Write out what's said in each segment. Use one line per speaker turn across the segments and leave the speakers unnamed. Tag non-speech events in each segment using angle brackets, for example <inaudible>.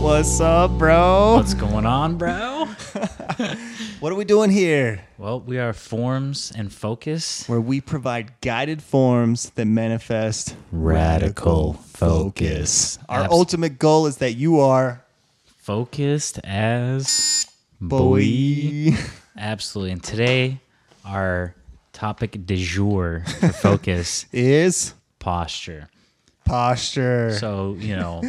What's up, bro?
What's going on, bro?
What are we doing here?
Well, we are Forms and Focus.
Where we provide guided forms that manifest
Radical focus.
Our
Abs-
ultimate goal is that you are
Focused as boy.
boy.
Absolutely. And today, our topic de jour <laughs> for Focus
is
posture.
posture.
So, you know,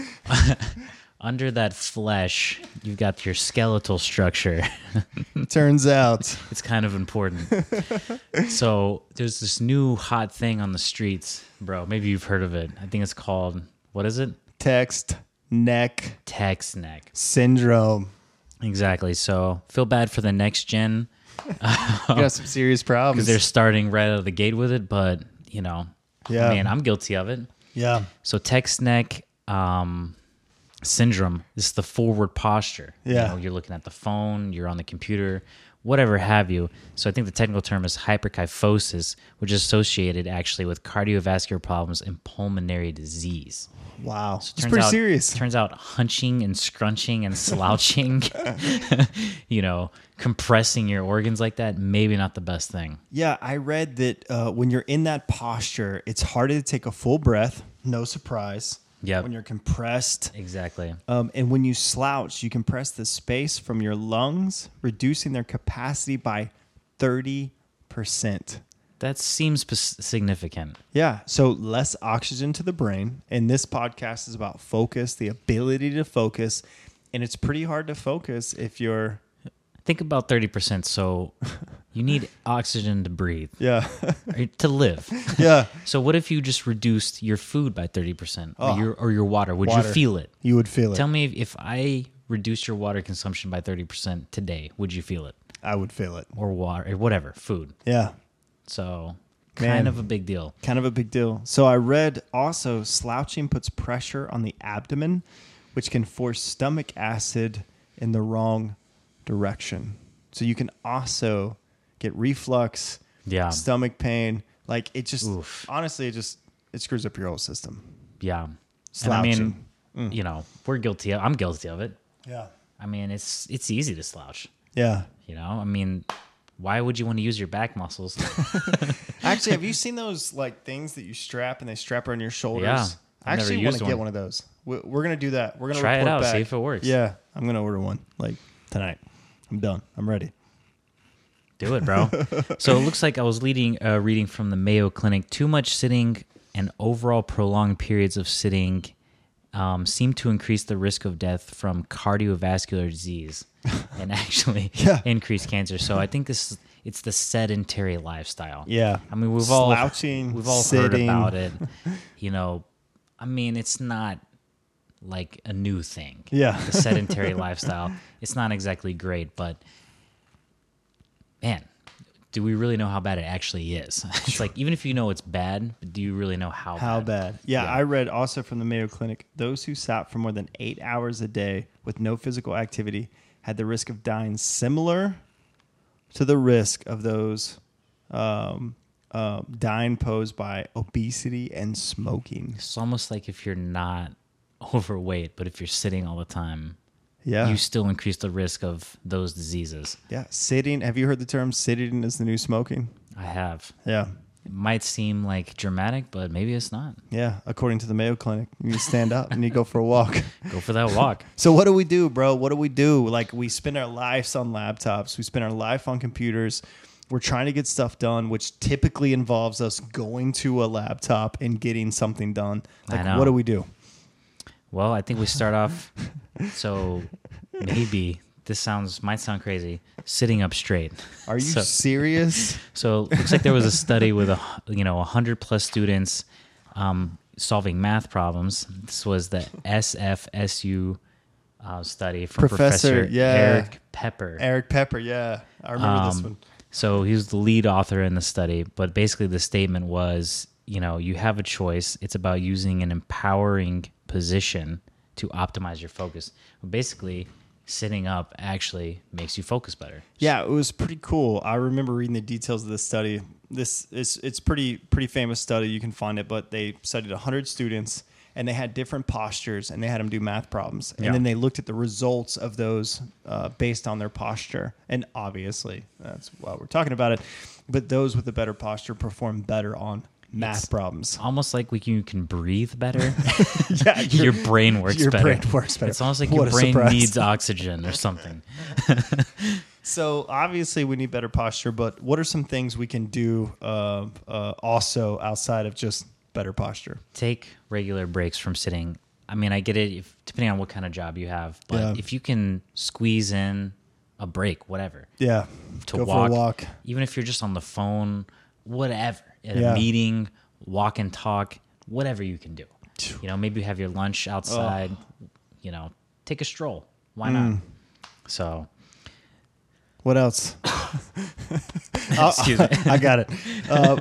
<laughs> under that flesh, you've got your skeletal structure. <laughs>
Turns out
It's kind of <laughs> important. so there's this new hot thing on the streets, bro. Maybe you've heard of it. I think it's called what is it?
text neck
Text neck.
syndrome.
Exactly. So feel bad for the next gen
You got some serious problems.
because they're starting right out of the gate with it, but you know,
Yeah.
man, I'm guilty of it.
yeah.
So text neck um, syndrome is the forward posture.
Yeah.
You know, you're looking at the phone, you're on the computer, whatever have you. So I think the technical term is hyperkyphosis, which is associated actually with cardiovascular problems and pulmonary disease.
Wow. It's
Turns
pretty
out-
serious.
Turns out hunching and scrunching and slouching, <laughs> you know, compressing your organs like that, maybe not the best thing.
Yeah, I read that uh, when you're in that posture, it's harder to take a full breath. No surprise.
Yep.
When you're compressed.
Exactly.
Um, and when you slouch, you compress the space from your lungs, reducing their capacity by 30%.
That seems p- significant.
Yeah, so less oxygen to the brain. And this podcast is about focus, the ability to focus. And it's pretty hard to focus if you're,
Think about 30%. So you need oxygen to breathe,
yeah, <laughs>
or to live.
yeah.
So what if you just reduced your food by 30% or, your, or your water? Would
Ah. Water.
you feel it?
You would feel it.
Tell me if, if I reduced your water consumption by 30% today, would you feel it?
I would feel it.
Or water, or whatever, food.
Yeah.
So
Man.
kind of a big deal.
kind of a big deal. So I read also slouching puts pressure on the abdomen, which can force stomach acid in the wrong direction. So you can also get reflux,
Yeah.
stomach pain. Like it just
Oof.
honestly, it just it screws up your whole system.
Yeah. And I mean,
Slouching.
you know, we're guilty. Of, I'm guilty of it.
Yeah.
I mean, it's it's easy to slouch.
Yeah.
You know, I mean, why would you want to use your back muscles? <laughs>
Actually, have you seen those like things that you strap and they strap around your shoulders?
Yeah.
I
I've never
actually want
used
to get
one.
one of those. We're, we're gonna do that. We're gonna
Try it
report
out,
back.
see if it works.
Yeah, I'm gonna order one like tonight. I'm done. I'm ready.
Do it, bro. so it looks like I was leading uh, reading from the Mayo Clinic. Too much sitting and overall prolonged periods of sitting um, seem to increase the risk of death from cardiovascular disease and <laughs> actually increase cancer. So I think this is- it's the sedentary lifestyle.
Yeah.
I mean, we've
Slouching,
all we've all
sitting. <laughs>
heard about it. You know, I mean, it's not like a new thing.
Yeah.
the sedentary lifestyle. It's not exactly great, but man, do we really know how bad it actually is? <laughs> It's like even if you know it's bad, do you really know how?
How bad? Yeah,
Yeah.
I read also from the Mayo Clinic those who sat for more than eight hours a day with no physical activity had the risk of dying similar to the risk of those um, uh, dying posed by obesity and smoking.
It's almost like if you're not <laughs> overweight, but if you're sitting all the time,
Yeah.
you still increase the risk of those diseases.
yeah. Sitting. Have you heard the term sitting is the new smoking?
I have.
Yeah.
It might seem like dramatic, but maybe it's not.
Yeah. According to the Mayo Clinic, you stand up and you go for a walk. <laughs>
Go for that walk.
So what do we do, bro? What do we do? Like we spend our lives on laptops, we spend our life on computers. We're trying to get stuff done, which typically involves us going to a laptop and getting something done.
I
Like
know.
what do we do?
Well, I think we start
<laughs>
off. So maybe this sounds might sound crazy. Sitting up straight.
Are you
So,
serious?
<laughs> so it looks like there was a study with a hu- you know hundred plus students um, solving math problems. This was the SFSU uh, study from
Professor,
Professor,
yeah.
Eric Pepper.
Eric Pepper, yeah. I remember this
Um,
one.
So he was the lead author in the study, but basically the statement was, you know, you have a choice. It's about using an empowering position to optimize your focus. Basically, sitting up actually makes you focus better.
Yeah, it was pretty cool. I remember reading the details of this study. This is it's pretty pretty famous study. You can find it, but they studied 100 students and they had different postures and they had them do math problems and
Yeah.
then they looked at the results of those uh, based on their posture and obviously that's why we're talking about it but those with a better posture perform better on math problems
Almost like we can, you can breathe better.
<laughs> yeah
<laughs> your brain works
your
better.
brain works better.
It's almost like
What
your
a
brain
surprise. <laughs>
needs oxygen or something.
So obviously we need better posture, but what are some things we can do uh, uh, also outside of just better posture?
Take regular breaks from sitting. I mean, I get it if, depending on what kind of job you have, but
Yeah.
if you can squeeze in a break, whatever,
Yeah,
to
go
walk,
for a walk.
even if you're just on the phone, whatever, at
Yeah.
a meeting, walk and talk, whatever you can do. You know, maybe you have your lunch outside, you know, take a stroll. Why
Mm.
not? So,
What
<laughs>
else? I'll-
Excuse me.
<laughs> I got
<laughs>
it. Uh,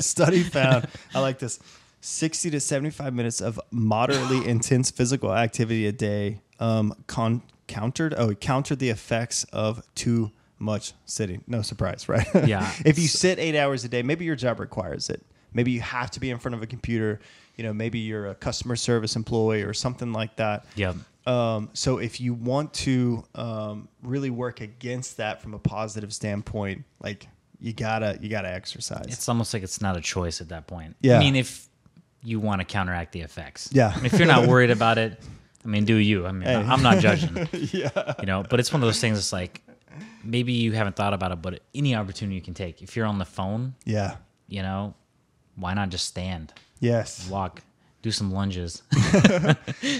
<laughs> study found. I like this. Sixty to seventy-five minutes of
<gasps>
moderately intense physical activity a day um, con- countered. Oh, it countered the effects of too much sitting. No surprise, right? <laughs>
Yeah.
if you sit eight hours a day, maybe your job requires it. Maybe you have to be in front of a computer. You know, maybe you're a customer service employee or something like that.
yeah.
Um, so if you want to um, really work against that from a positive standpoint, like you gotta you gotta exercise.
it's almost like it's not a choice at that point.
Yeah.
I mean, if you want to counteract the effects.
Yeah.
And if you're
<laughs>
not worried about it, I mean, do you? I mean, I'm not judging.
<laughs>
<laughs>
yeah,
You know, but it's one of those things. It's like maybe you haven't thought about it, but any opportunity you can take. If you're on the phone,
yeah,
you know, why not just stand,
yes.
walk, do some lunges? <laughs>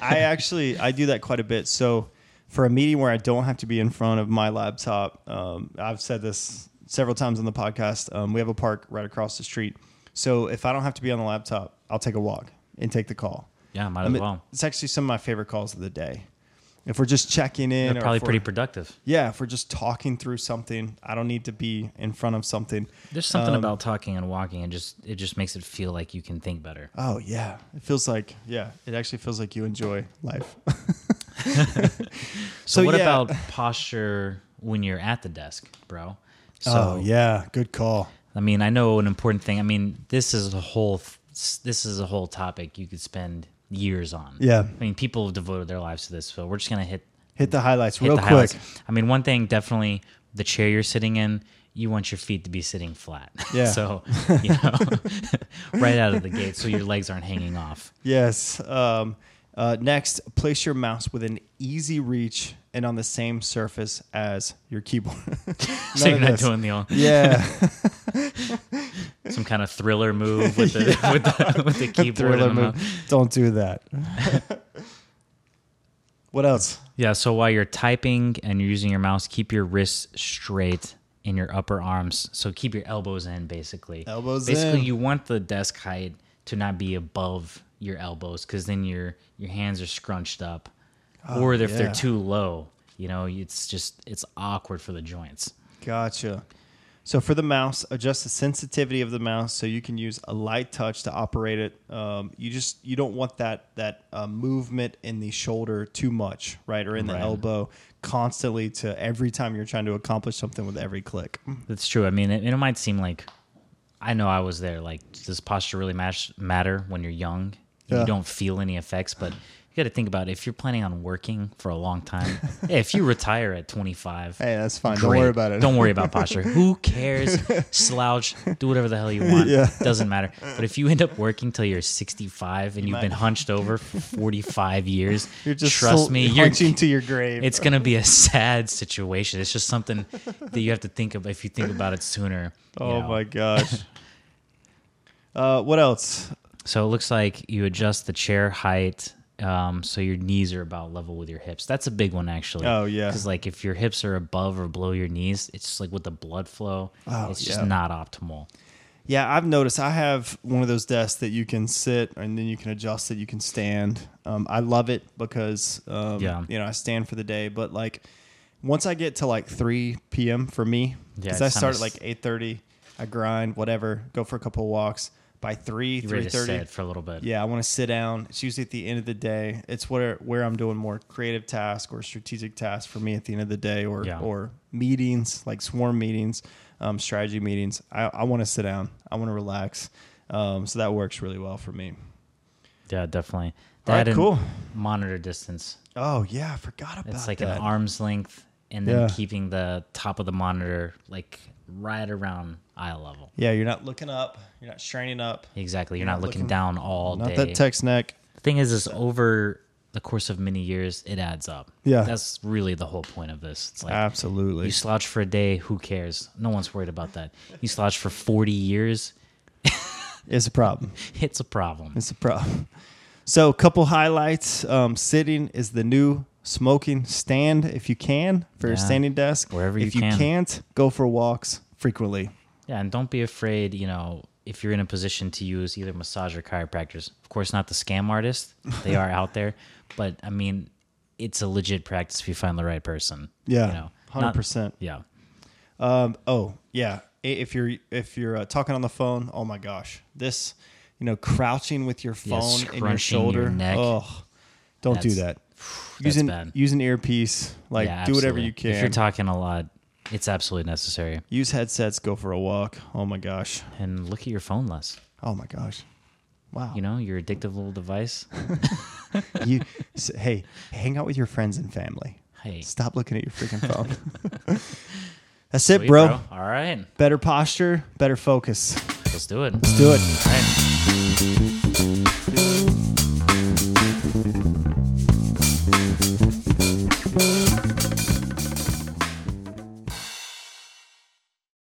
I actually I do that quite a bit. So for a meeting where I don't have to be in front of my laptop, um, I've said this several times on the podcast. Um, we have a park right across the street, so if I don't have to be on the laptop, I'll take a walk and take the call.
Yeah, might
I
as
mean,
well.
It's actually some of my favorite calls of the day. If we're just checking in,
They're
or
probably
if we're-
pretty productive.
yeah, if we're just talking through something, I don't need to be in front of something.
There's something
Um,
about talking and walking, and just it just makes it feel like you can think better.
Oh yeah, it feels like yeah, it actually feels like you enjoy life.
<laughs> So,
So,
what
yeah.
about posture when you're at the desk, bro? So,
Oh, yeah, good call.
I mean, I know an important thing. I mean, this is a whole this is a whole topic you could spend years on.
Yeah.
I mean, people have devoted their lives to this, so we're just gonna hit
Hit the highlights
hit
real
the
quick.
highlights. I mean, one thing definitely, the chair you're sitting in, you want your feet to be sitting flat. <laughs>
Yeah.
so you know, <laughs> right out of the gate, so your legs aren't hanging off.
Yes. Um, uh, next, place your mouse within easy reach and on the same surface as your keyboard. <laughs>
<laughs> so
None
you're
of
not
this.
doing the old,
<laughs>
<laughs>
yeah.
some kind of thriller move
<laughs>
with the with the with the keyboard.
Thriller
and the mouse.
move. Don't do that. <laughs> what else?
Yeah, so while you're typing and you're using your mouse, keep your wrists straight in your upper arms. So keep your elbows in basically.
Elbows
basically
in.
you want the desk height to not be above your elbows cuz then your your hands are scrunched up. or if
Ah, yeah.
they're too low, you know, it's just it's awkward for the joints.
Gotcha. So for the mouse, adjust the sensitivity of the mouse so you can use a light touch to operate it. Um, you just you don't want that that uh, movement in the shoulder too much, right, or in the
Right.
elbow constantly to every time you're trying to accomplish something with every click.
That's true. I mean, it, it might seem like I know I was there. Like, does posture really mash, matter when you're young?
Yeah.
You don't feel any effects, but you got to think about it. if you're planning on working for a long time.
<laughs>
yeah, if you retire at 25,
Hey, that's fine.
great.
Don't worry about it.
Don't worry about posture. Who cares? Slouch. Do whatever the hell you want.
Yeah.
Doesn't matter. But if you end up working till you're 65 and you have been hunched
<laughs>
over for 45 years,
<laughs> You're just
trust
sl-
me, you're
punching to your grave.
<laughs> it's gonna be a sad situation. It's just something <laughs> that you have to think of if you think about it sooner. you
oh
know. <laughs>
my gosh. uh, what else?
So it looks like you adjust the chair height, um, so your knees are about level with your hips. That's a big one actually.
Oh, yeah.
because like if your hips are above or below your knees, it's just like with the blood flow,
Oh,
it's just
yeah.
not optimal.
Yeah, I've noticed I have one of those desks that you can sit and then you can adjust it, you can stand. Um, I love it because, um,
Yeah.
you know, I stand for the day. But like once I get to like 3 p.m. for me,
Yeah,
because
it's
I
time to
start at
s-
like 8.30, I grind, whatever, go for a couple of walks. By 3,
You're ready to
3.30,
sit for a little bit.
yeah, I want to sit down. It's usually at the end of the day. It's where where I'm doing more creative tasks or strategic tasks for me at the end of the day, or
Yeah.
or meetings like swarm meetings, um, strategy meetings. I, I want to sit down. I want to relax. Um, so that works really well for me.
Yeah, definitely.
All right,
and
cool.
Monitor distance.
Oh yeah, I forgot about
It's like
that.
an arm's length, and then
Yeah.
keeping the top of the monitor like right around eye level.
yeah, you're not looking up. You're not straining up.
Exactly. You're
You're not
not, looking,
looking-
down all
Not
day.
that text neck.
The thing is, is over the course of many years, it adds up.
Yeah. Uh,
that's really the whole point of this. It's like
Absolutely.
you slouch for a day, who cares? No one's worried about that. You slouch for forty years, <laughs>
It's a problem.
it's a problem.
It's a problem. So, a couple highlights. Um, sitting is the new smoking stand if you can for your
Yeah.
standing desk.
Wherever
if
you can.
not go for walks frequently.
Yeah, and don't be afraid, you know, if you're in a position to use either massage or chiropractors. Of course, not the scam artists, they are out
<laughs>
there, but I mean, it's a legit practice if you find the right person.
Yeah,
You know,
hundred
Not-
percent.
Yeah.
Um, oh yeah, I- if you're if you're uh, talking on the phone, oh my gosh, this you know crouching with your
Yeah,
phone in your
scrunching
shoulder.
your neck.
Oh, don't do
<sighs> That's-
that. Use an
bad.
use an earpiece. Like
yeah,
do whatever
absolutely.
you can.
If you're talking a lot, it's absolutely necessary.
use headsets. Go for a walk. Oh my gosh.
And look at your phone less.
Oh my gosh. Wow.
You know, your addictive little device.
you s hey, hang out with your friends and family.
Hey.
Stop looking at your
<laughs>
freaking phone. <laughs> That's it, <laughs>
Sweet,
bro.
All right.
Better posture, better focus.
Let's do it.
Let's do it.
All right.